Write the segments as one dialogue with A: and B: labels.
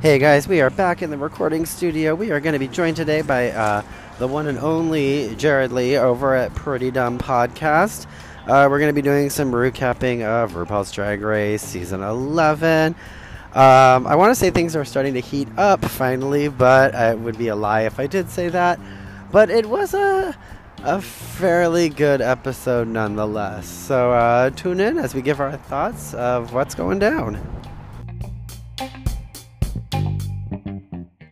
A: Hey guys, we are back in the recording studio. We are going to be joined today by uh, the one and only Jared Lee over at Pretty Dumb Podcast. Uh, we're going to be doing some recapping of RuPaul's Drag Race season 11. Um, I want to say things are starting to heat up finally, but it would be a lie if I did say that. But it was a a fairly good episode nonetheless. So uh, tune in as we give our thoughts of what's going down.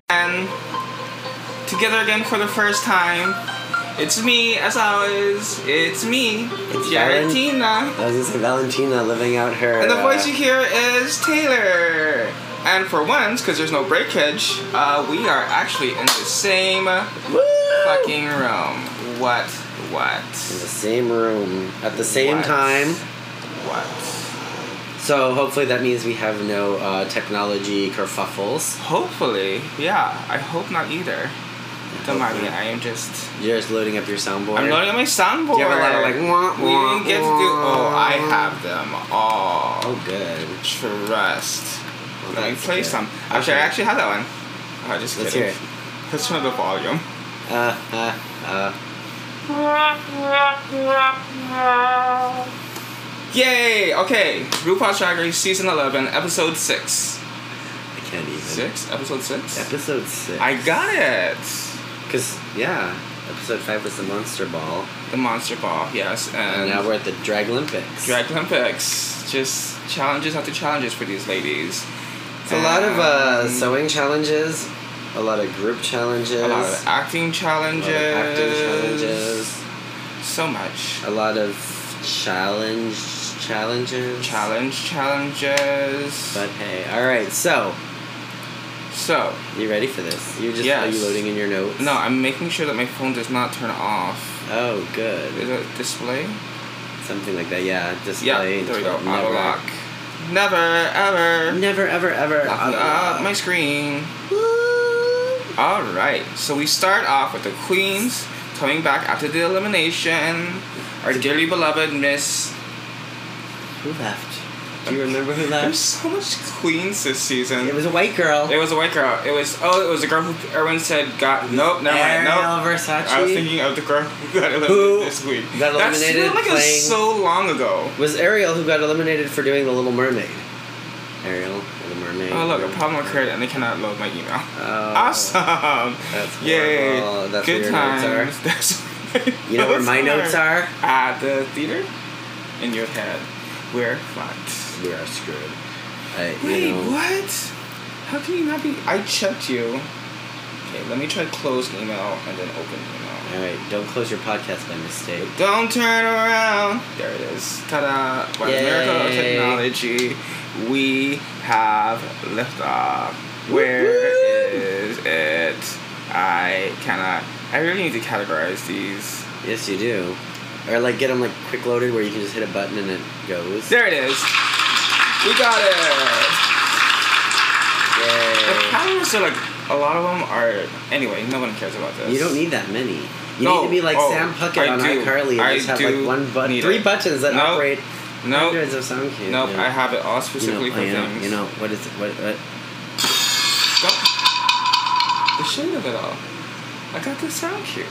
B: and together again for the first time. It's me, as always. It's me,
A: It's
B: Jaretina.
A: I was gonna say Valentina living out her.
B: And the
A: uh,
B: voice you hear is Taylor. And for once, because there's no breakage, uh, we are actually in the same
A: woo!
B: fucking room. What?
A: in the
B: What?
A: same room at the same
B: What?
A: time.
B: What?
A: So hopefully that means we have no uh, technology kerfuffles.
B: Hopefully, yeah. I hope not either. Don't mind me. I am just.
A: You're just loading up your soundboard.
B: I'm loading up my soundboard.
A: Do you have a lot of like? Wah,
B: We
A: wah,
B: didn't get to do.
A: wah?
B: Oh, I have them all.
A: Oh, good.
B: Trust.
A: Well,
B: Let me
A: that's
B: play
A: good.
B: some. Actually, I
A: Okay.
B: actually have that one. Oh, just
A: Let's
B: kidding.
A: hear
B: Let's turn up the volume.
A: Uh, uh, uh.
B: Yay! Okay, RuPaul's Drag Race Season 11, Episode 6.
A: I can't even.
B: 6? Episode 6?
A: Episode six.
B: I got it!
A: Cause yeah, episode five was the monster ball,
B: The Monster Ball, yes,
A: and,
B: and,
A: now we're at the drag Olympics.
B: Drag Olympics. Just challenges after challenges for these ladies.
A: It's a lot of uh,
B: And
A: sewing challenges, a lot of group challenges,
B: A lot of acting
A: a
B: challenges.
A: lot of acting challenges,
B: So much.
A: a lot of challenge challenges.
B: Challenge challenges.
A: But hey, all right. So
B: so,
A: you ready for this? You just are
B: Yes.
A: you loading in your notes?
B: no, I'm making sure that my phone does not turn off.
A: Oh,
B: Is
A: good.
B: it display?
A: Something like that. Yeah. Display.
B: Yeah, there we go. Auto
A: Never,
B: lock. Never, ever.
A: Never, ever, ever.
B: Locking
A: auto
B: up
A: lock.
B: my screen.
A: Woo.
B: All right. So we start off with the queens coming back after the elimination. Our dearly beloved Miss.
A: Who left? Do you remember who
B: There's
A: left?
B: so much queens this season.
A: It was a white girl.
B: It was a white girl. It was oh, it was a girl who Erwin said got nope, never mind,
A: Ariel
B: nope.
A: Versace.
B: I was thinking of the girl who got eliminated
A: Who
B: this week.
A: got
B: That's
A: eliminated
B: like it
A: playing-
B: was so long ago.
A: was Ariel who got eliminated for doing The Little Mermaid. Ariel, Little Mermaid.
B: Oh look, a problem occurred and they cannot load my email.
A: Oh,
B: awesome!
A: That's
B: Yay!
A: horrible. That's where
B: Good
A: your
B: times.
A: notes
B: That's where
A: are. You know where my notes are?
B: At the theater. In your head, we're fucked.
A: We are screwed. I, you
B: Wait,
A: know,
B: what? How can you not be? I checked you. Okay, let me try close email and then open email.
A: All right, don't close your podcast by mistake.
B: Don't turn around. There it is. Ta-da! By the miracle of
A: Yay.
B: technology, we have liftoff. Where
A: Woo-hoo.
B: is it? I cannot. I really need to categorize these.
A: Yes, you do. Or like get them like quick loaded where you can just hit a button and it goes.
B: There it is. We got it. The
A: Yay.
B: powers are like a lot of them are. Anyway, no one cares about this.
A: You don't need that many. You
B: No,
A: need to be like
B: oh,
A: Sam Puckett
B: I
A: on
B: do.
A: iCarly and
B: I
A: just have
B: do
A: like one button,
B: need
A: three
B: it.
A: buttons that
B: Nope.
A: operate
B: Nope.
A: hundreds of sound cues.
B: Nope.
A: Yeah.
B: I have it all
A: You know,
B: specifically for
A: I know,
B: things.
A: you know, what is it? What, what?
B: Don't- The shade of it all. I got the sound cue.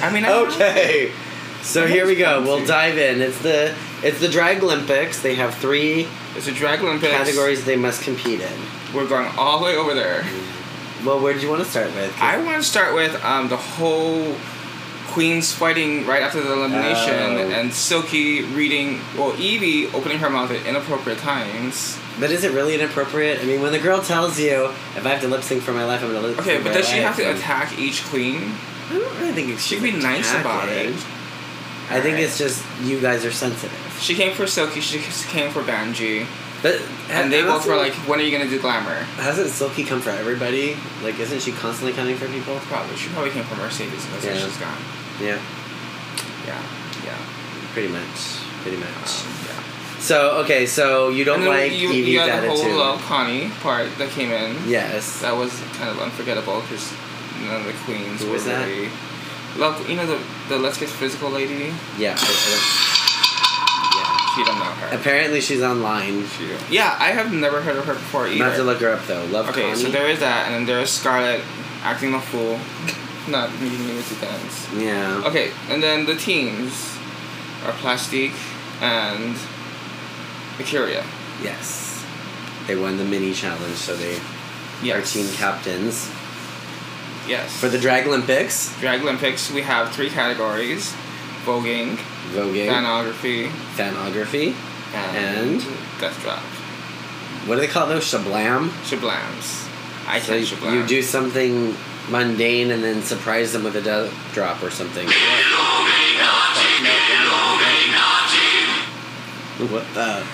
B: I mean, I
A: Okay. So
B: That
A: here we
B: was
A: go.
B: fancy.
A: We'll dive in. It's the it's the drag Olympics. They have three
B: It's a drag Olympics.
A: categories they must compete in.
B: We're going all the way over there.
A: Well, where did you want to start with? 'Cause-
B: I want to start with um, the whole Queens fighting right after the elimination
A: Oh.
B: and Silky reading, well, Evie opening her mouth at inappropriate times.
A: but is it really inappropriate? I mean, when the girl tells you, if I have to lip sync for my life, I'm gonna lip sync.
B: Okay,
A: for
B: but
A: my
B: does she
A: life,"
B: have to
A: and-
B: attack each queen?
A: I don't really think it's
B: She could be nice about it.
A: attacking. I think it's just you guys are sensitive.
B: She came for Silky, she came for Banji,
A: But
B: and they both
A: also,
B: were like, when are you going to do glamour?
A: hasn't Silky come for everybody? Like, isn't she constantly coming for people?
B: Probably. She probably came from Mercedes, and that's where
A: Yeah.
B: she's gone.
A: Yeah,
B: Yeah, yeah.
A: pretty much, pretty much.
B: Um, yeah.
A: So okay, so you don't
B: And then
A: like
B: you,
A: Evie's
B: you had the
A: attitude.
B: whole uh, Connie part that came in.
A: yes.
B: That was kind of unforgettable because none of the queens
A: Who
B: were
A: was that?
B: really. Love, you know the the Let's Get Physical lady.
A: Yeah. I, I
B: She don't know her.
A: Apparently, she's online.
B: She don't. Yeah, I have never heard of her before
A: I'm gonna have to
B: either.
A: look her up though. Love
B: okay,
A: Connie.
B: so there is that, and then there is Scarlett acting a fool, not needing me to dance.
A: yeah.
B: Okay, and then the teams are Plastique and Akira.
A: Yes. They won the mini challenge, so they
B: Yes.
A: are team captains
B: Yes.
A: for the Drag Olympics.
B: Drag Olympics, we have three categories: voguing,
A: Voguing,
B: pornography,
A: fanography.
B: and,
A: And?
B: death drop.
A: What do they call those? Shablam.
B: Shablams. I
A: So
B: can
A: you,
B: shablam.
A: you do something mundane and then surprise them with a death drop or something. What the?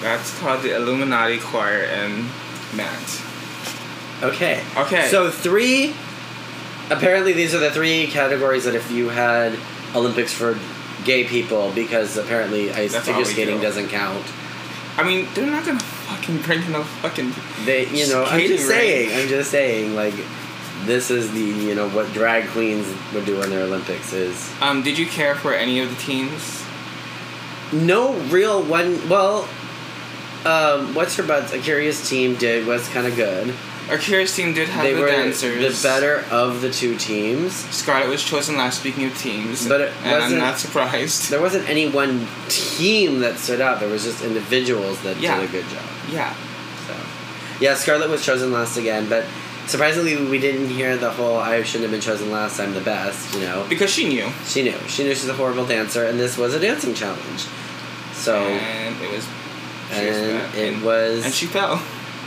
B: That's called the Illuminati Choir and Matt.
A: Okay.
B: Okay.
A: So three. Apparently, these are the three categories that if you had Olympics for gay people, because apparently ice
B: That's all
A: figure
B: we
A: skating
B: do.
A: doesn't count.
B: I mean, they're not gonna fucking bring enough fucking.
A: They, you know, I'm
B: Skating
A: just
B: rink.
A: saying. I'm just saying. Like, this is the you know what drag queens would do on their Olympics is
B: Um, did you care for any of the teams?
A: no real one. Well, um, what's her butt's a curious team did was kind of good.
B: Our curious team did have
A: they
B: the
A: were
B: dancers.
A: the better of the two teams.
B: Scarlett was chosen last. Speaking of teams,
A: But it
B: and I'm
A: wasn't-
B: not surprised.
A: There wasn't any one team that stood out. There was just individuals that
B: Yeah.
A: did a good job.
B: Yeah.
A: So, yeah, Scarlett was chosen last again, but surprisingly, we didn't hear the whole "I shouldn't have been chosen last. I'm the best." You know,
B: Because she knew.
A: she knew. She knew she's a horrible dancer, and this was a dancing challenge. So,
B: And it was. she was
A: and
B: bad.
A: it
B: And-
A: was.
B: And she fell.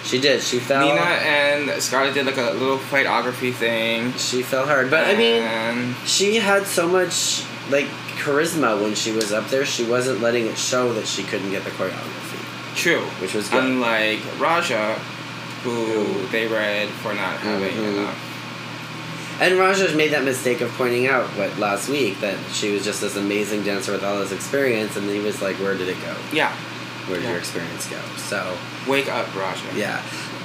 A: she did. She fell.
B: Nina and Scarlett did like a little choreography thing.
A: she fell hard, but I mean.
B: And-
A: she had so much like charisma when she was up there. She wasn't letting it show that she couldn't get the choreography,
B: true.
A: which was good.
B: Unlike Raja, who they read for not having
A: Mhm.
B: enough.
A: and Raja made that mistake of pointing out what last week that she was just this amazing dancer with all this experience, and he was like, "Where did it go?
B: Yeah.
A: Where did
B: Yeah.
A: your experience go?" So
B: Wake up, Raja.
A: yeah,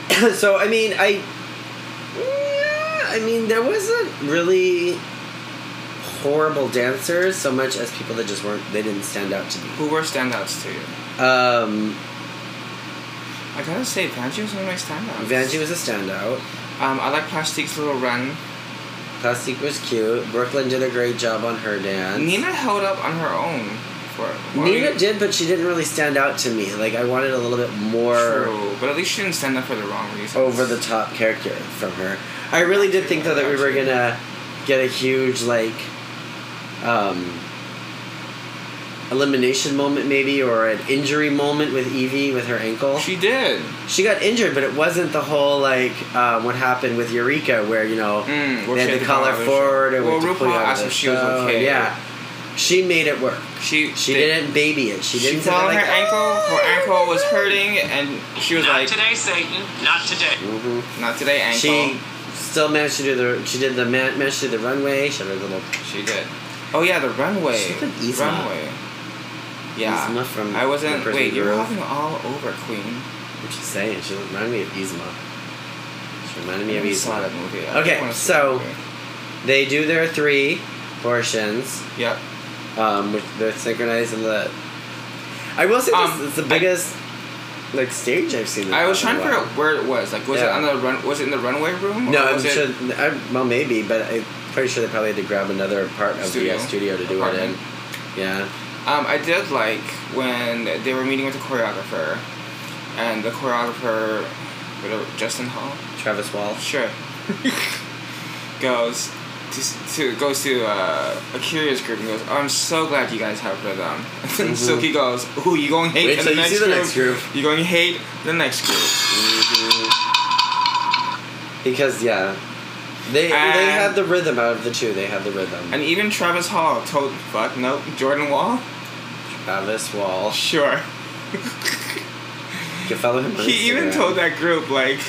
A: so I mean, I yeah, I mean, there wasn't really horrible dancers so much as people that just weren't they didn't stand out to me.
B: Who were standouts to you?
A: Um,
B: I gotta say, Vanjie was one of my standouts.
A: Vanjie was a standout.
B: Um, I like Plastique's little run.
A: Plastique was cute. Brooklyn did a great job on her dance.
B: Nina held up on her own for. well, I
A: Nina
B: mean,
A: did, but she didn't really stand out to me. Like I wanted a little bit more
B: True, but at least she didn't stand up for the wrong reasons.
A: over the top character from her. I really did think though that we were gonna get a huge like um elimination moment maybe or an injury moment with Evie with her ankle.
B: She did.
A: She got injured, but it wasn't the whole like uh, what happened with Eureka, where you know
B: Mm, where
A: they had
B: she had
A: to
B: to
A: call
B: go
A: her
B: out of the
A: forward
B: show.
A: or
B: Well,
A: we had to pull
B: RuPaul
A: her out of
B: asked
A: the
B: if she was
A: show.
B: okay.
A: Yeah, she made it work.
B: She
A: She
B: they-
A: didn't baby it. She
B: She
A: didn't. sit there
B: fell on
A: like, "Ah!"
B: her ankle. Her ankle was hurting, and she was
C: Not
B: like,
C: today, Satan. Not today.
A: hmm
B: "Not today, ankle."
A: She still managed to do the. She did the man, managed to do the runway. She had her little.
B: She did. Oh yeah, the runway.
A: She did Yzma.
B: runway. Yeah.
A: Yzma from
B: I wasn't.
A: Rivers
B: Wait,
A: and
B: you're
A: Grove.
B: hopping all over Queen.
A: What you saying? She reminded me of Yzma. She reminded me of
B: I saw that
A: Yzma.
B: movie. I
A: Okay,
B: just wanna see
A: so-
B: that movie.
A: They do their three portions,
B: Yep.
A: um, which they're synchronized in the. I will say
B: Um,
A: this is the
B: I-
A: biggest like stage I've seen. in
B: I was
A: quite
B: trying
A: a
B: to figure
A: while.
B: out where it was. Like, was
A: Yeah.
B: it on the run? Was it in the runway room?
A: No,
B: or
A: I'm
B: was it
A: sure. I, well, maybe, but I'm pretty sure they probably had to grab another part of
B: Studio.
A: the uh, studio to do
B: Apartment.
A: it in. Yeah.
B: Um, I did like when they were meeting with the choreographer, and the choreographer, whatever, Justin Hall,
A: Travis Walsh.
B: sure, goes to, to goes to uh, a curious group and goes, oh, "I'm so glad you guys have rhythm."
A: Mhm.
B: And Suki goes, "Ooh, you gonna hate
A: Wait
B: the,
A: till you
B: next
A: see the
B: group.
A: next group."
B: You gonna hate the next group."
A: Because yeah, they they
B: And-
A: had the rhythm out of the two. They had the rhythm.
B: And even Travis Hall told, "Fuck no, Jordan Wall."
A: Travis Walsh.
B: Sure.
A: You follow him. on
B: He even
A: Instagram.
B: told that group like,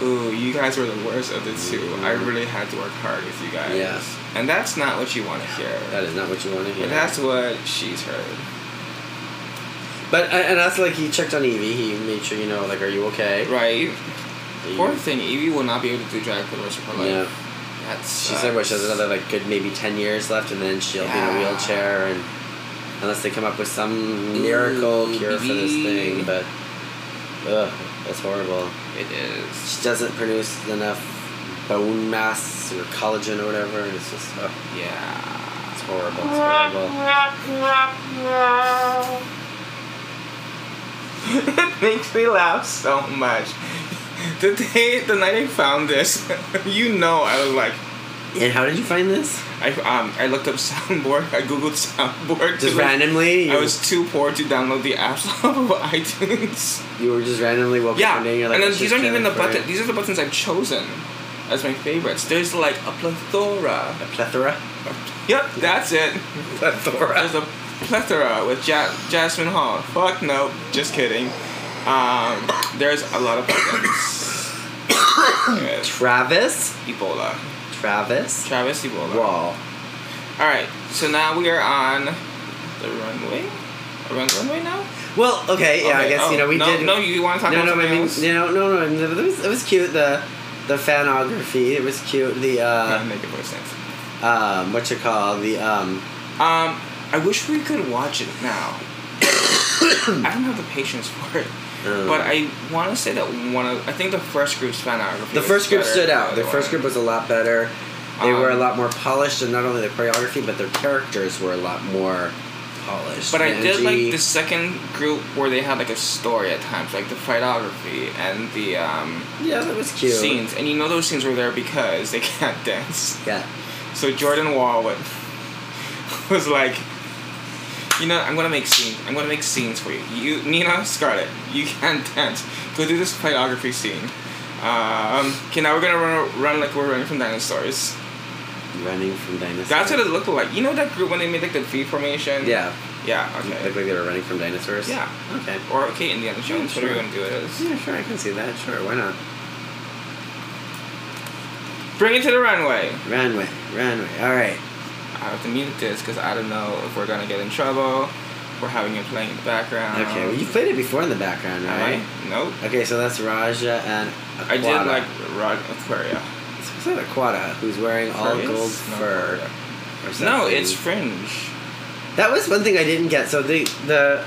B: "Ooh, you guys were the worst of the two. I
A: Mhm.
B: really had to work hard with you guys."
A: Yeah.
B: And that's not what you want to hear.
A: That is not what you want to hear.
B: But that's what she's heard.
A: but and and that's like he checked on Evie. He made sure you know like, are you okay?
B: Right.
A: Evie-
B: Poor thing, Evie will not be able to do drag for the rest of her life.
A: Yeah.
B: That's.
A: She said, "Well, she has another like good maybe ten years left, and then she'll be in a
B: Yeah.
A: wheelchair." And unless they come up with some miracle
B: Ooh,
A: cure for this
B: baby.
A: thing. But ugh, that's horrible.
B: It is.
A: She doesn't produce enough bone mass or collagen or whatever. It's just ugh,
B: Yeah.
A: it's horrible. It's horrible.
B: it makes me laugh so much. The day, the night I found this, you know, I was like,
A: And how did you find this?
B: I um, I looked up soundboard. I googled soundboard.
A: Just
B: to look-
A: randomly. You,
B: I was too poor to download the apps off of iTunes.
A: You were just randomly woke up
B: yeah,
A: one day and you're like,
B: and then
A: "Let's
B: these
A: just
B: aren't
A: try
B: even the
A: it for
B: buttons. These are the buttons I've chosen as my favorites. There's like a plethora.
A: A plethora.
B: Yep, that's it.
A: Plethora.
B: There's a plethora with ja- Jasmine Hall. Fuck no, just kidding. Um, there's a lot of buttons. Yes,
A: Travis.
B: Ebola.
A: Travis.
B: Travis Ebola.
A: Wall.
B: All right, so now we are on the runway. Run- runway now?
A: Well, okay, yeah, I
B: Okay,
A: guess you
B: oh,
A: know we
B: no,
A: did.
B: No, you want to talk
A: no,
B: about
A: no, I
B: something
A: mean,
B: else?
A: you know, no, no, no, it was, it was cute. The the fanography, it was cute. The
B: That
A: uh,
B: make it more sense.
A: um, what you call the um,
B: Um, I wish we could watch it now. I don't have the patience for it,
A: um,
B: but I want to say that one of I think the first group's fanography.
A: the
B: was
A: first group
B: better
A: stood
B: than
A: out. The
B: other
A: first
B: one.
A: group was a lot better. They were a
B: Um,
A: lot more polished, and not only the choreography, but their characters were a lot more polished.
B: But I
A: The
B: did
A: energy-
B: like the second group where they had like a story at times, like the photography and the um,
A: Yeah, that was cute.
B: scenes. And you know those scenes were there because they can't dance.
A: Yeah.
B: So Jordan Wall would, was like, you know, I'm gonna make scenes. I'm gonna make scenes for you. You, Nina Scarlett, you can't dance. Go do this choreography scene. Um, okay, now we're gonna run, run like we're running from dinosaurs.
A: Running from dinosaurs.
B: That's what it looked like. You know that group when they made like the V formation.
A: Yeah,
B: Yeah.
A: like
B: Okay.
A: like they were running from dinosaurs.
B: Yeah.
A: Okay.
B: Or okay, Indiana Jones. What are we
A: Sure.
B: gonna do? It is
A: Yeah, sure, I can see that. Sure, why not?
B: bring it to the runway.
A: Runway, runway. All right.
B: I have to mute this because I don't know if we're gonna get in trouble. We're having it playing in the background.
A: Okay, well, you played it before in the background,
B: Am I?
A: right?
B: Nope.
A: Okay, so that's Raja and Aquata.
B: I did like Rod Aquaria.
A: Is that Aquata, who's wearing all
B: Aquarius?
A: gold
B: No,
A: fur?
B: Aquaria.
A: Or something.
B: No, it's fringe.
A: That was one thing I didn't get. So the the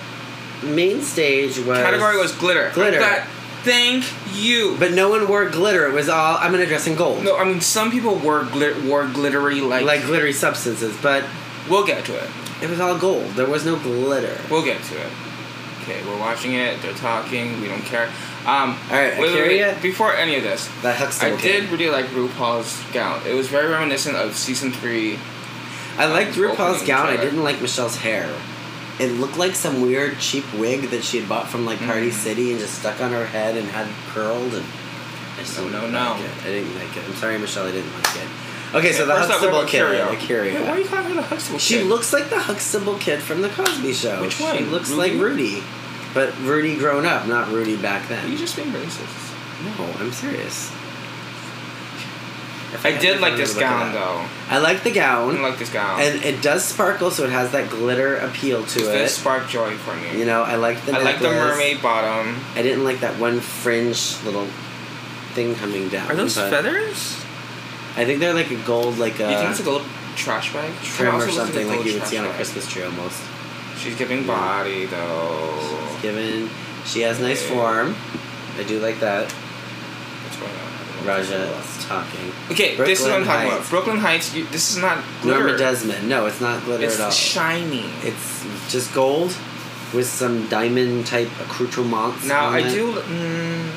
A: main stage was
B: Category was glitter.
A: Glitter.
B: That- thank you.
A: but no one wore glitter. It was all I'm gonna dress in gold,
B: no, I mean some people wore glit- wore glittery like.
A: like glittery substances. But
B: we'll get to it.
A: it was all gold. There was no glitter.
B: We'll get to it. Okay, we're watching it. They're talking. We don't care. Um,
A: All right,
B: wait, wait,
A: Aquaria-
B: wait. Before any of this,
A: That Huxtable.
B: I did really like RuPaul's gown. It was very reminiscent of season three.
A: I liked RuPaul's
B: Opening
A: gown. I
B: trailer.
A: didn't like Michelle's hair. It looked like some weird cheap wig that she had bought from like Party
B: Mhm.
A: City and just stuck on her head and had curled and. I just
B: No,
A: didn't
B: no,
A: like
B: no.
A: it. I didn't like it. I'm sorry, Michelle. I didn't like it. Okay, so the
B: First up,
A: Huxtable
B: we
A: kid,
B: have
A: the
B: Wait, why are
A: Curia.
B: you calling her the Huxtable?
A: She
B: kid?
A: looks like the Huxtable kid from the Cosby Show.
B: Which
A: She
B: one?
A: looks
B: Rudy?
A: like Rudy, but Rudy grown up, not Rudy back
B: Are you
A: then.
B: just being racist?
A: No, I'm serious. If
B: I did
A: if
B: like
A: would
B: this
A: look it
B: gown
A: up.
B: though.
A: I like the
B: I
A: gown.
B: didn't like this gown.
A: And it does sparkle, so it has that glitter appeal to
B: Just
A: it.
B: that sparked joy for me.
A: you know, I like the.
B: I like the
A: necklace.
B: mermaid bottom.
A: I didn't like that one fringe little thing coming down.
B: Are those
A: but
B: feathers?
A: I think they're like a gold, like
B: you think it's
A: a
B: like a little trash bag? It
A: uh, trim
B: also
A: or
B: looks
A: something,
B: a
A: like
B: little
A: you would see on a
B: trash bag.
A: Christmas tree almost.
B: She's giving
A: Yeah.
B: body though.
A: She's given, she has nice
B: Okay.
A: form. I do like that.
B: What's going on?
A: Raja is talking.
B: Okay, this is what I'm
A: Brooklyn
B: talking
A: Heights.
B: about. Brooklyn Heights. You, this is not glitter.
A: Norma Desmond. No, it's not glitter
B: It's
A: at all.
B: shiny.
A: it's just gold with some diamond type accoutrements.
B: now
A: on
B: I
A: it.
B: do. Mm,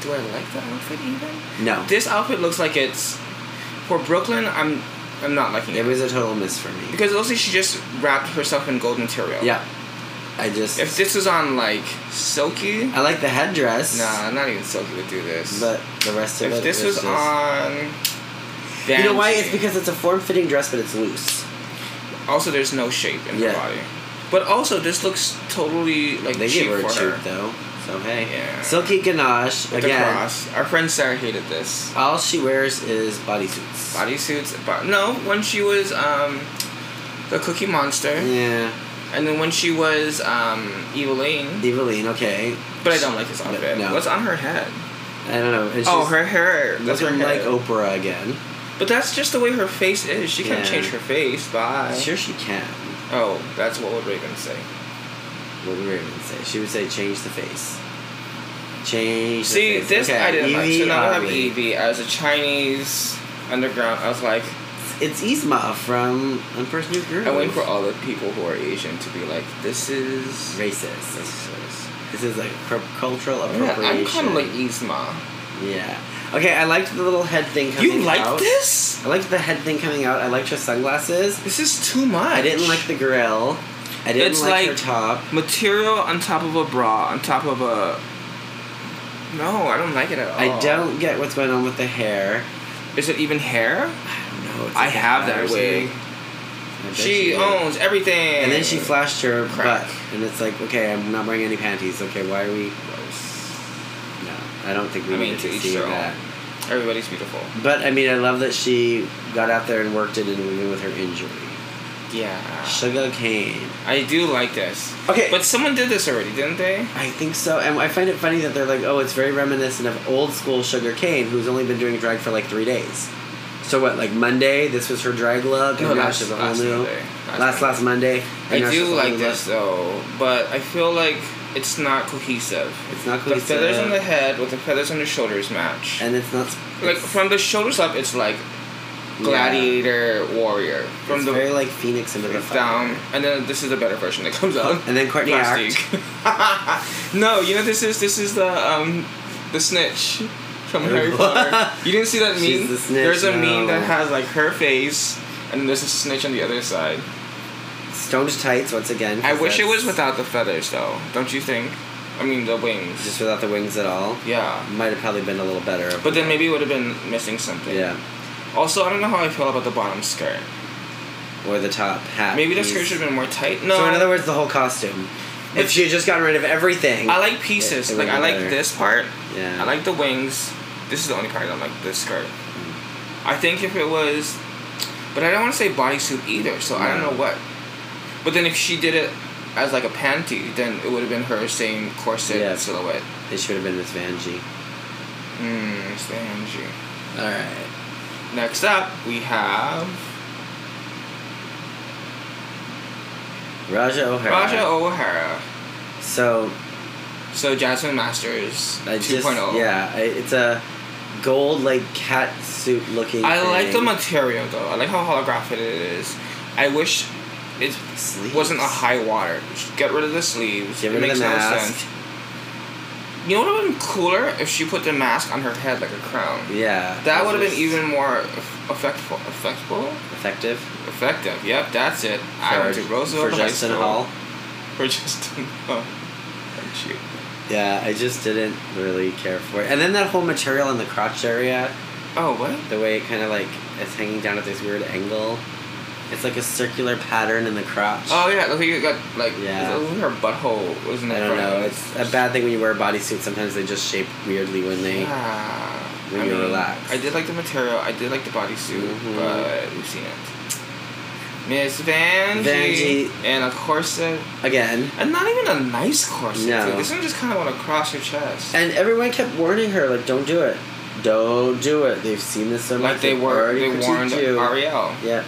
B: do I like that outfit even?
A: No,
B: This outfit looks like it's for Brooklyn. I'm I'm not liking
A: it
B: it,
A: was a total miss for me.
B: because also she just wrapped herself in gold material.
A: Yeah. I just.
B: If this was on like silky,
A: I like the headdress.
B: nah, not even silky would do this.
A: Uh, But the rest of
B: if
A: it.
B: this
A: is
B: was
A: just-
B: on,
A: You know why?
B: Banshee.
A: It's because it's a form fitting dress, but it's loose.
B: also there's no shape in
A: Yeah.
B: her body. But also this looks totally like
A: They
B: cheap
A: gave her a
B: for
A: cheap,
B: her.
A: though. So, hey.
B: Yeah.
A: Silky ganache.
B: With the
A: again,
B: cross. Our friend Sarah hated this.
A: all she wears is bodysuits.
B: Bodysuits. Bo- no, when she was um, the Cookie Monster,
A: Yeah.
B: and then when she was um, Eveline.
A: Eveline, okay.
B: But I don't like this outfit.
A: no.
B: What's on her head?
A: I don't know. It's
B: oh,
A: just
B: her hair. That's her
A: Looking like
B: head.
A: Oprah again.
B: But that's just the way her face is. She can't
A: Yeah.
B: change her face. Bye.
A: Sure, she can.
B: Oh, that's what would Raven say.
A: What would Raven say? She would say, change the face. Change
B: See,
A: the face.
B: this
A: okay. E
B: I didn't like. So
A: Evie
B: now E I have
A: Oddly.
B: Evie as a Chinese underground. I was like,
A: It's Isma from Unfirst New Girl.
B: I went for all the people who are Asian to be like, this is.
A: Racist.
B: This is.
A: This is a cr- cultural
B: Yeah,
A: appropriation.
B: I'm kind of like Isma.
A: Yeah. Okay, I liked the little head thing coming out.
B: You like this?
A: I liked the head thing coming out. I liked her sunglasses.
B: This is too much.
A: I didn't like the grill. I didn't
B: It's
A: like, her
B: like-
A: top.
B: material on top of a bra, on top of a. No, I don't like it at all.
A: I don't get what's going on with the hair.
B: Is it even hair?
A: No, it's
B: I
A: like
B: have that
A: embarrassing.
B: wig.
A: I bet
B: She
A: you do.
B: owns everything.
A: And then she flashed her
B: Crack.
A: butt, and it's like, okay, I'm not wearing any panties. Okay, why are we? No, I don't think we
B: I mean,
A: needed
B: to
A: to
B: each
A: see
B: their own.
A: that.
B: Everybody's beautiful.
A: But I mean, I love that she got out there and worked it, and even with her injury,
B: Yeah.
A: sugar cane.
B: I do like this.
A: Okay.
B: But someone did this already, didn't they?
A: I think so, and I find it funny that they're like, oh, it's very reminiscent of old school Sugar Cane, who's only been doing drag for like three days. So what, like Monday, this was her drag look, and now she's a whole new
B: Monday.
A: last last Monday.
B: I
A: and now she
B: do
A: has a whole
B: like
A: new
B: this
A: look.
B: though, but I feel like it's not cohesive.
A: It's not
B: The feathers on the
A: cohesive,
B: head with the feathers on the shoulders match.
A: and it's not
B: like from the shoulders up, it's like gladiator warrior. From
A: it's
B: the
A: very like Phoenix into the
B: It's
A: fire.
B: down, and then this is the better version that comes out.
A: And then Courtney Act.
B: Plastic. no, you know this is this is the um the snitch from Harry Potter. You didn't see that meme?
A: She's the snitch,
B: there's a
A: no.
B: meme that has like her face, and there's a snitch on the other side.
A: Stoned tights once again. 'cause
B: I wish it
A: that's
B: was without the feathers, though. Don't you think? I mean the wings.
A: just without the wings at all.
B: yeah,
A: Might have probably been a little better.
B: but then maybe it would have been missing something.
A: yeah,
B: Also, I don't know how I feel about the bottom skirt.
A: or the top hat.
B: Maybe the
A: piece.
B: skirt should have been more tight. No.
A: So in other words, the whole costume. If
B: It's-
A: she had just gotten rid of everything.
B: I like pieces.
A: It- it
B: like I
A: would've
B: like
A: been better.
B: this part.
A: Yeah.
B: I like the wings. This is the only part I don't like this skirt.
A: Mm.
B: I think if it was, but I don't want to say bodysuit either. So I don't
A: No.
B: know what. But then if she did it as like a panty, then it would have been her same corset
A: Yeah.
B: silhouette.
A: It should have been Miss Vanjie.
B: Mm, Stanji.
A: All right.
B: Next up, we have
A: Raja O'Hara.
B: Raja O'Hara.
A: So
B: So Jasmine Masters oh.
A: I
B: 2.0.
A: just yeah, I, it's a gold like cat suit looking.
B: I like the
A: thing.
B: material though. I like how holographic it is. I wish it
A: Sleeves.
B: wasn't a high water. Get rid of the sleeves.
A: Get
B: it
A: rid of
B: makes
A: the
B: no
A: mask.
B: sense. You know what would have been cooler if she put the mask on her head like a crown.
A: Yeah.
B: That would have been
A: was
B: even more eff- effectful. Effectful?
A: effective.
B: Effective. Yep, that's it. I went to
A: for
B: Roosevelt High
A: Justin
B: School.
A: Hall.
B: For Justin Hall. Aren't you?
A: Yeah, I just didn't really care for it. And then that whole material in the crotch area,
B: Oh, what?
A: the way it kind of like is hanging down at this weird angle. It's like a circular pattern in the crotch.
B: Oh, yeah. Look, you got, like,
A: Yeah.
B: look at her butthole. Wasn't
A: I
B: that
A: don't know. It's a bad thing when you wear a bodysuit. Sometimes they just shape weirdly when they.
B: Yeah.
A: when
B: I
A: you
B: mean,
A: relax.
B: I did like the material. I did like the bodysuit,
A: Mhm.
B: but we've seen it. Miss Vanjie.
A: Vanjie.
B: And a corset.
A: Again.
B: And not even a nice corset.
A: No.
B: too. This one just kind of want to cross your chest.
A: And everyone kept warning her, like, don't do it. Don't do it. They've seen this so much.
B: like they
A: they've
B: were,
A: already
B: they
A: critiqued
B: warned
A: you.
B: Ariel.
A: Yeah.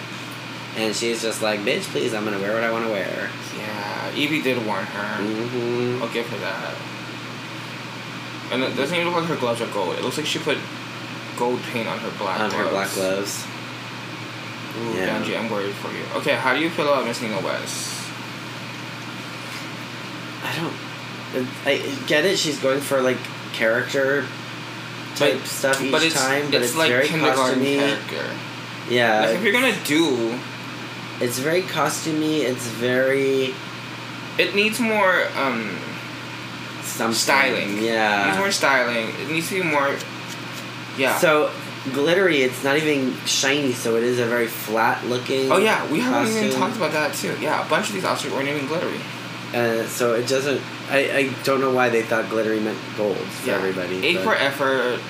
A: And she's just like, bitch, please, I'm going to wear what I want to wear.
B: Yeah, Evie did warn her.
A: Mm-hmm.
B: I'll give her that. And it doesn't even look like her gloves are gold. It looks like she put gold paint on her black
A: On
B: gloves.
A: her black gloves.
B: Ooh,
A: Yeah.
B: Vanjie, I'm worried for you. Okay, how do you feel about Miss Nina West?
A: I don't. I get it. She's going for like character type
B: But-
A: stuff each
B: but it's,
A: time, but it's,
B: like
A: very
B: kindergarten
A: costumey.
B: character.
A: Yeah,
B: like if you're gonna do,
A: it's very costumey. It's very
B: it needs more um,
A: something.
B: styling. it needs
A: Yeah.
B: more styling. It needs to be more. Yeah.
A: Uh, So glittery. It's not even shiny, so it is a very flat looking.
B: oh yeah, we haven't even
A: costume.
B: talked about that too. Yeah, a bunch of these outfits weren't even glittery.
A: Uh, so it doesn't. I, I don't know why they thought glittery meant gold for
B: Yeah.
A: everybody.
B: A
A: but-
B: for effort.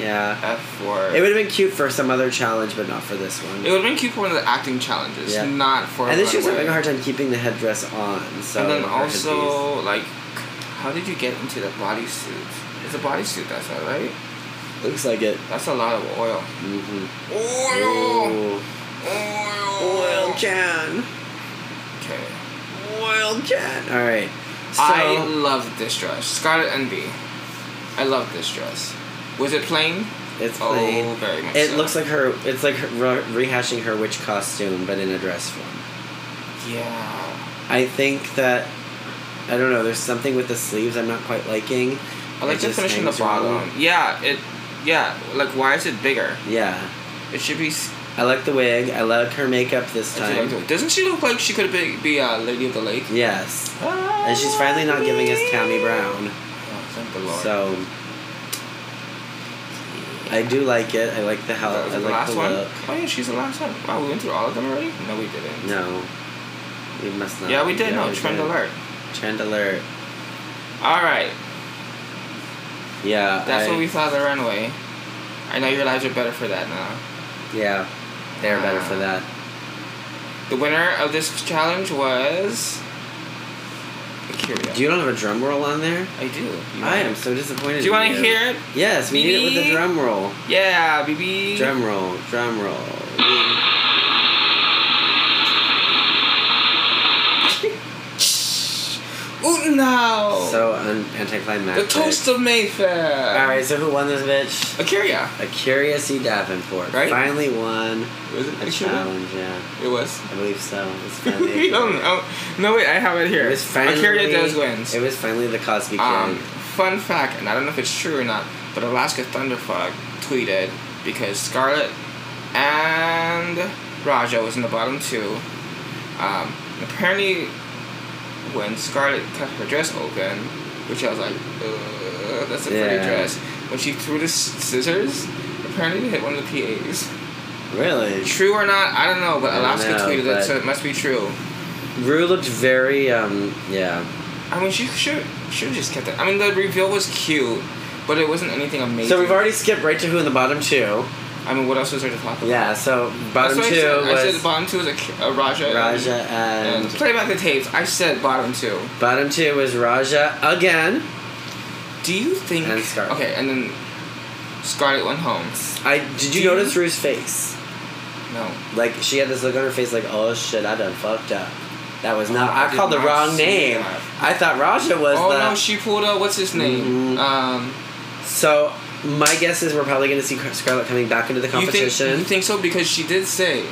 A: yeah.
B: F for.
A: It would have been cute for some other challenge, but not for this one.
B: It would have been cute for one of the acting challenges,
A: Yeah.
B: not for.
A: and then she was
B: runway.
A: having a hard time keeping the headdress on. So
B: and then
A: her headpiece-
B: also like, how did you get into that bodysuit? It's a bodysuit. That's that right.
A: looks like it.
B: That's a lot of oil.
A: Mm-hmm.
B: Oil. Oil.
A: Chan.
B: Wildcat.
A: Wildcat. All right. So,
B: I love this dress. Scarlet Envy. I love this dress. Was it plain?
A: It's
B: Oh,
A: plain.
B: very much
A: it
B: so.
A: looks like her. It's like her re- rehashing her witch costume, but in a dress form.
B: Yeah.
A: I think that I don't know. There's something with the sleeves I'm not quite liking.
B: I like
A: It
B: the
A: just
B: finish in the
A: hangs wrong.
B: bottom. Yeah, it. Yeah, like why is it bigger?
A: Yeah,
B: It should be. s-
A: I like the wig. I like her makeup this
B: I do like
A: time.
B: it. Doesn't she look like she could be be uh, Lady of the Lake?
A: Yes, and she's finally not giving us Tammy Brown.
B: Oh, thank the Lord.
A: So I do like it. I like the
B: That
A: help.
B: was
A: I
B: the
A: like
B: last
A: the
B: one.
A: look.
B: Oh yeah, she's the last one. Wow, we went through all of them already. No, we didn't.
A: No, we must not.
B: Yeah, we did. no,
A: we
B: trend
A: did.
B: alert.
A: Trend alert.
B: All right,
A: Yeah,
B: that's
A: I-
B: what we saw the runway. I know your lives are better for that now.
A: Yeah, Uh, they're better for that.
B: The winner of this challenge was. Akira.
A: Do you don't have a drum roll on there?
B: I do. You
A: I
B: want-
A: am so disappointed.
B: Do you want
A: in
B: to hear it?
A: Yes, we need it with a
B: Beep.
A: drum roll.
B: Yeah, BB.
A: Drum roll, drum roll.
B: Ooh, no.
A: So un-
B: Oh. the
A: anticlimactic.
B: toast of Mayfair.
A: All right, so who won this bitch?
B: Akira.
A: A curious E. Davenport
B: Right?
A: finally won
B: Was it
A: a
B: Akira?
A: challenge. Yeah,
B: It was.
A: I believe so. It's
B: we
A: finally.
B: don't know. No, wait, I have it
A: It
B: here.
A: was finally.
B: Akira does wins.
A: It was finally the Cosby Kid.
B: Um, fun fact, and I don't know if it's true or not, but Alaska Thunderfog tweeted because Scarlett and Raja was in the bottom two. Um, apparently, when Scarlett cut her dress open, which I was like, Ugh, that's a pretty
A: Yeah.
B: dress, when she threw the s- scissors, apparently they hit one of the PAs.
A: really.
B: True or not, I don't know, but
A: I don't
B: Alaska
A: know,
B: tweeted it,
A: but-
B: so it must be true.
A: Rue looked very. Um. Yeah.
B: I mean, she should should just kept it. I mean, the reveal was cute, but it wasn't anything amazing.
A: So we've already skipped right to who in the bottom two.
B: I mean, what else was there to talk about?
A: Yeah. So
B: That's
A: bottom
B: what
A: two
B: I said. I said
A: was
B: bottom two was a, a Raja. and-
A: Raja
B: And,
A: and
B: play back the tapes. I said bottom two.
A: bottom two was Raja again.
B: Do you think?
A: And Scarlet.
B: Okay, and then Scarlet went home.
A: I did you
B: Do you-
A: notice Rue's face?
B: No.
A: Like she had this look on her face, like oh shit, I done fucked up. That was not.
B: Oh, I
A: I,
B: did
A: called the
B: not
A: wrong
B: see
A: name.
B: that.
A: I thought Raja was
B: oh
A: the.
B: no, she pulled out. What's his
A: Mhm.
B: name? Um,
A: so my guess is we're probably gonna see Scarlett coming back into the
B: you think
A: competition
B: you think so? Because she did say,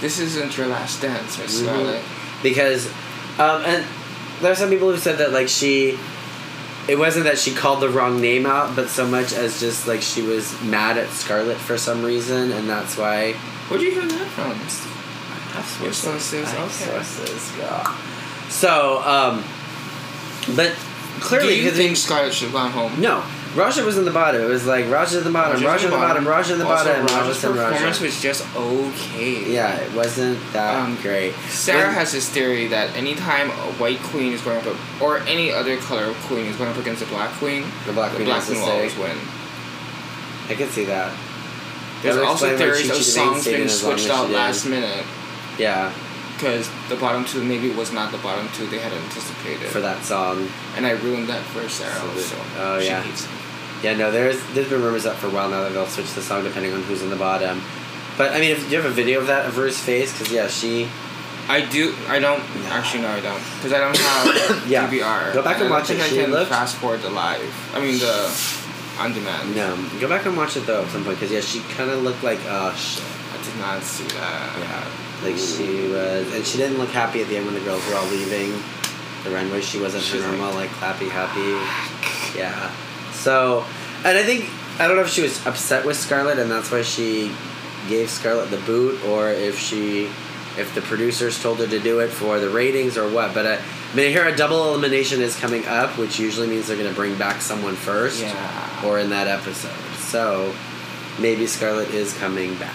B: "This isn't your last dance, Miss
A: Mhm.
B: Scarlet."
A: because, um, and there's some people who said that like she. It wasn't that she called the wrong name out, but so much as just like she was mad at Scarlett for some reason, and that's why.
B: Where'd you hear that from?
A: have
B: Your sources,
A: I have
B: okay.
A: sources, yeah. So, um, but clearly,
B: Do you
A: because
B: think Scarlet should have gone home?
A: no, Raja was in the bottom. It was like Raja at the bottom, Raja at the bottom, Raja at the
B: Also,
A: bottom, and Raja
B: Raja's
A: said
B: performance
A: Raja.
B: was just okay.
A: Yeah, it wasn't that
B: Um,
A: great.
B: Sarah
A: When-
B: has this theory that anytime a white queen is going up, or any other color of queen is going up against a black queen,
A: The black
B: the
A: queen
B: black
A: has to
B: queen will always
A: stay.
B: win.
A: I can see that.
B: There's
A: would
B: also
A: explain why
B: theories
A: Chi
B: of
A: Chi Devane
B: songs
A: stayed in
B: being
A: as long as
B: switched
A: she
B: out
A: did.
B: last minute
A: Yeah,
B: because the bottom two maybe was not the bottom two they had anticipated.
A: for that song.
B: And I ruined that for Sarah.
A: So
B: So,
A: the- oh,
B: she
A: yeah.
B: hates me.
A: Yeah, no, there's there's been rumors up for a while now that they'll switch the song depending on who's in the bottom. But I mean, if do you have a video of that of Rue's face, because yeah, she
B: I do. I don't actually. No, I don't because I don't have
A: Yeah.
B: DVR.
A: Go back and
B: I don't
A: watch
B: think
A: it.
B: I
A: She
B: can
A: looked-
B: fast forward the live. I mean the on demand.
A: no, go back and watch it though at some point, because yeah, she kind of looked like oh shit.
B: I did not see that.
A: Yeah, like she was, and she didn't look happy at the end when the girls were all leaving the runway. She wasn't her
B: She's like-
A: normal like clappy happy. Yeah. So, and I think I don't know if she was upset with Scarlett, and that's why she gave Scarlett the boot, or if she, if the producers told her to do it for the ratings or what. But I, I mean, I hear a double elimination is coming up, which usually means they're gonna bring back someone first,
B: Yeah.
A: or in that episode. So, maybe Scarlett is coming back.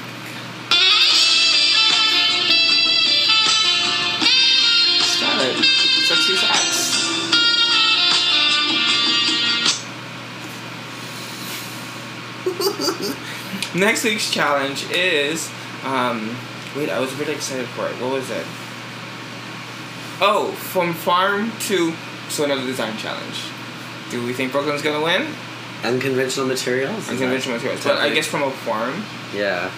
B: Scarlet, sexy sax. Next week's challenge is. Um, wait, I was really excited for it. What was it? Oh, from farm to. So, another design challenge. Do we think Brooklyn's gonna win?
A: Unconventional materials.
B: Unconventional materials. But I guess from a farm.
A: Yeah.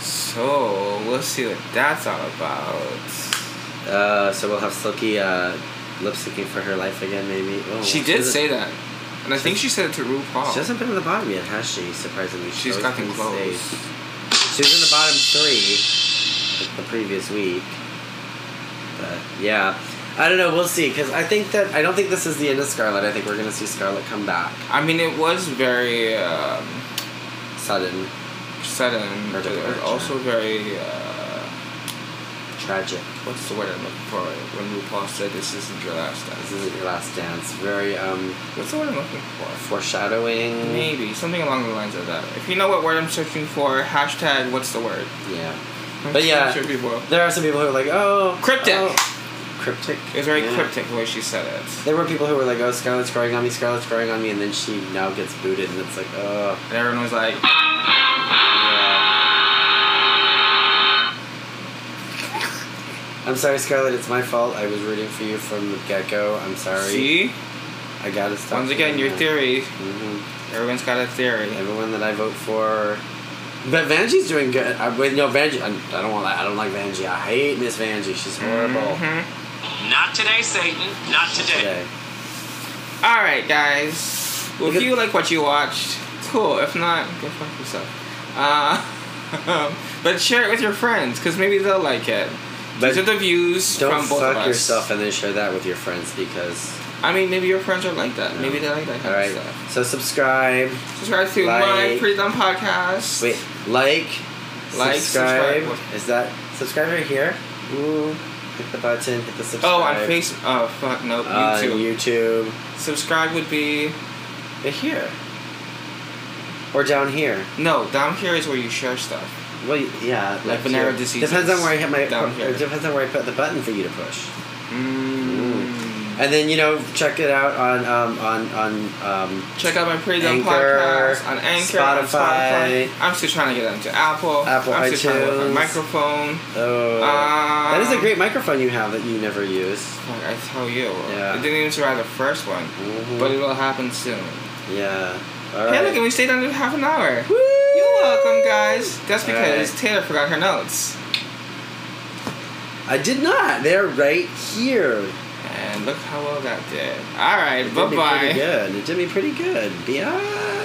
B: So, we'll see what that's all about.
A: Uh, so we'll have Silky uh, lip syncing for her life again, maybe. Oh,
B: She did
A: doesn't-
B: say that, and I think she said it to RuPaul.
A: She hasn't been in the bottom yet, has she? Surprisingly,
B: She's
A: always
B: gotten
A: been
B: close.
A: safe. She was in the bottom three like, the previous week. But yeah, I don't know. We'll see. Because I think that I don't think this is the end of Scarlet. I think we're gonna see Scarlet come back
B: I mean, it was very um,
A: sudden,
B: sudden,
A: Her
B: but it was
A: departure.
B: also very. Uh,
A: tragic.
B: what's the word I'm looking for? When RuPaul said, "This isn't your last
A: This
B: dance."
A: isn't your last dance. Very um
B: What's the word I'm looking for?
A: foreshadowing.
B: Maybe something along the lines of that. If you know what word I'm searching for, hashtag what's the word?
A: Yeah.
B: I'm
A: But yeah.
B: sure people-
A: There are some people who are like, oh,
B: Cryptic.
A: oh. cryptic.
B: It was very
A: Yeah.
B: cryptic the way she said it,
A: There were people who were like, oh, Scarlet's growing on me, Scarlet's growing on me, and then she now gets booted, and it's like, oh.
B: and everyone was like,
A: Yeah. I'm sorry, Scarlett. It's my fault. I was rooting for you from the get go. I'm sorry.
B: "See,
A: I gotta stop.
B: once again, your theory.
A: hmm
B: Everyone's got a theory."
A: Everyone that I vote for. But Vanjie's doing good. I, with no Vanjie, I, I don't want. I don't like Vanjie. I hate Miss Vanjie. She's horrible.
B: Mhm.
C: Not today, Satan. Not today.
A: Today.
B: All right, guys. Well, if
A: Because-
B: you like what you watched, cool. If not, go fuck yourself. Uh, but share it with your friends, because maybe they'll like it.
A: But
B: These are the views
A: Don't
B: from both of
A: fuck
B: us.
A: yourself and then share that with your friends because.
B: I mean, maybe your friends are like that.
A: No.
B: Maybe they like that kind
A: All right.
B: of stuff.
A: So subscribe.
B: Subscribe to my
A: Like-
B: Pretty Dumb Podcast.
A: Wait. Like.
B: Like,
A: Subscribe.
B: subscribe.
A: Is that subscribe right here? Ooh. Hit the button. Hit the subscribe.
B: Oh, on Facebook. Oh, fuck, no.
A: Uh,
B: YouTube.
A: YouTube.
B: Subscribe would be.
A: Right here. Or down here.
B: No, down here is where you share stuff.
A: Well, yeah.
B: Like
A: here.
B: venereal diseases.
A: Depends on where I hit my.
B: Down here. Mm-hmm.
A: It depends on where I put the button for you to push.
B: Mm.
A: And then you know, check it out on um, on on um,
B: Check out my Pretty Dumb
A: Anchor,
B: podcast on Anchor, on
A: Spotify.
B: Spotify. I'm still trying to get into Apple.
A: Apple
B: I'm still trying to work on
A: iTunes.
B: microphone.
A: oh.
B: Uh,
A: that is a great microphone you have that you never use.
B: Fuck, I tell you,
A: Yeah.
B: it didn't even survive the first one,
A: Mhm.
B: but it'll happen soon.
A: yeah. All
B: Hey,
A: right.
B: look, and we stayed under half an hour.
A: Woo!
B: You're welcome, guys. That's
A: All
B: because
A: right.
B: Taylor forgot her notes.
A: I did not. They're right here.
B: And look how well that did. All right,
A: It did
B: bye
A: me pretty
B: bye.
A: good. It did me pretty good. Bye.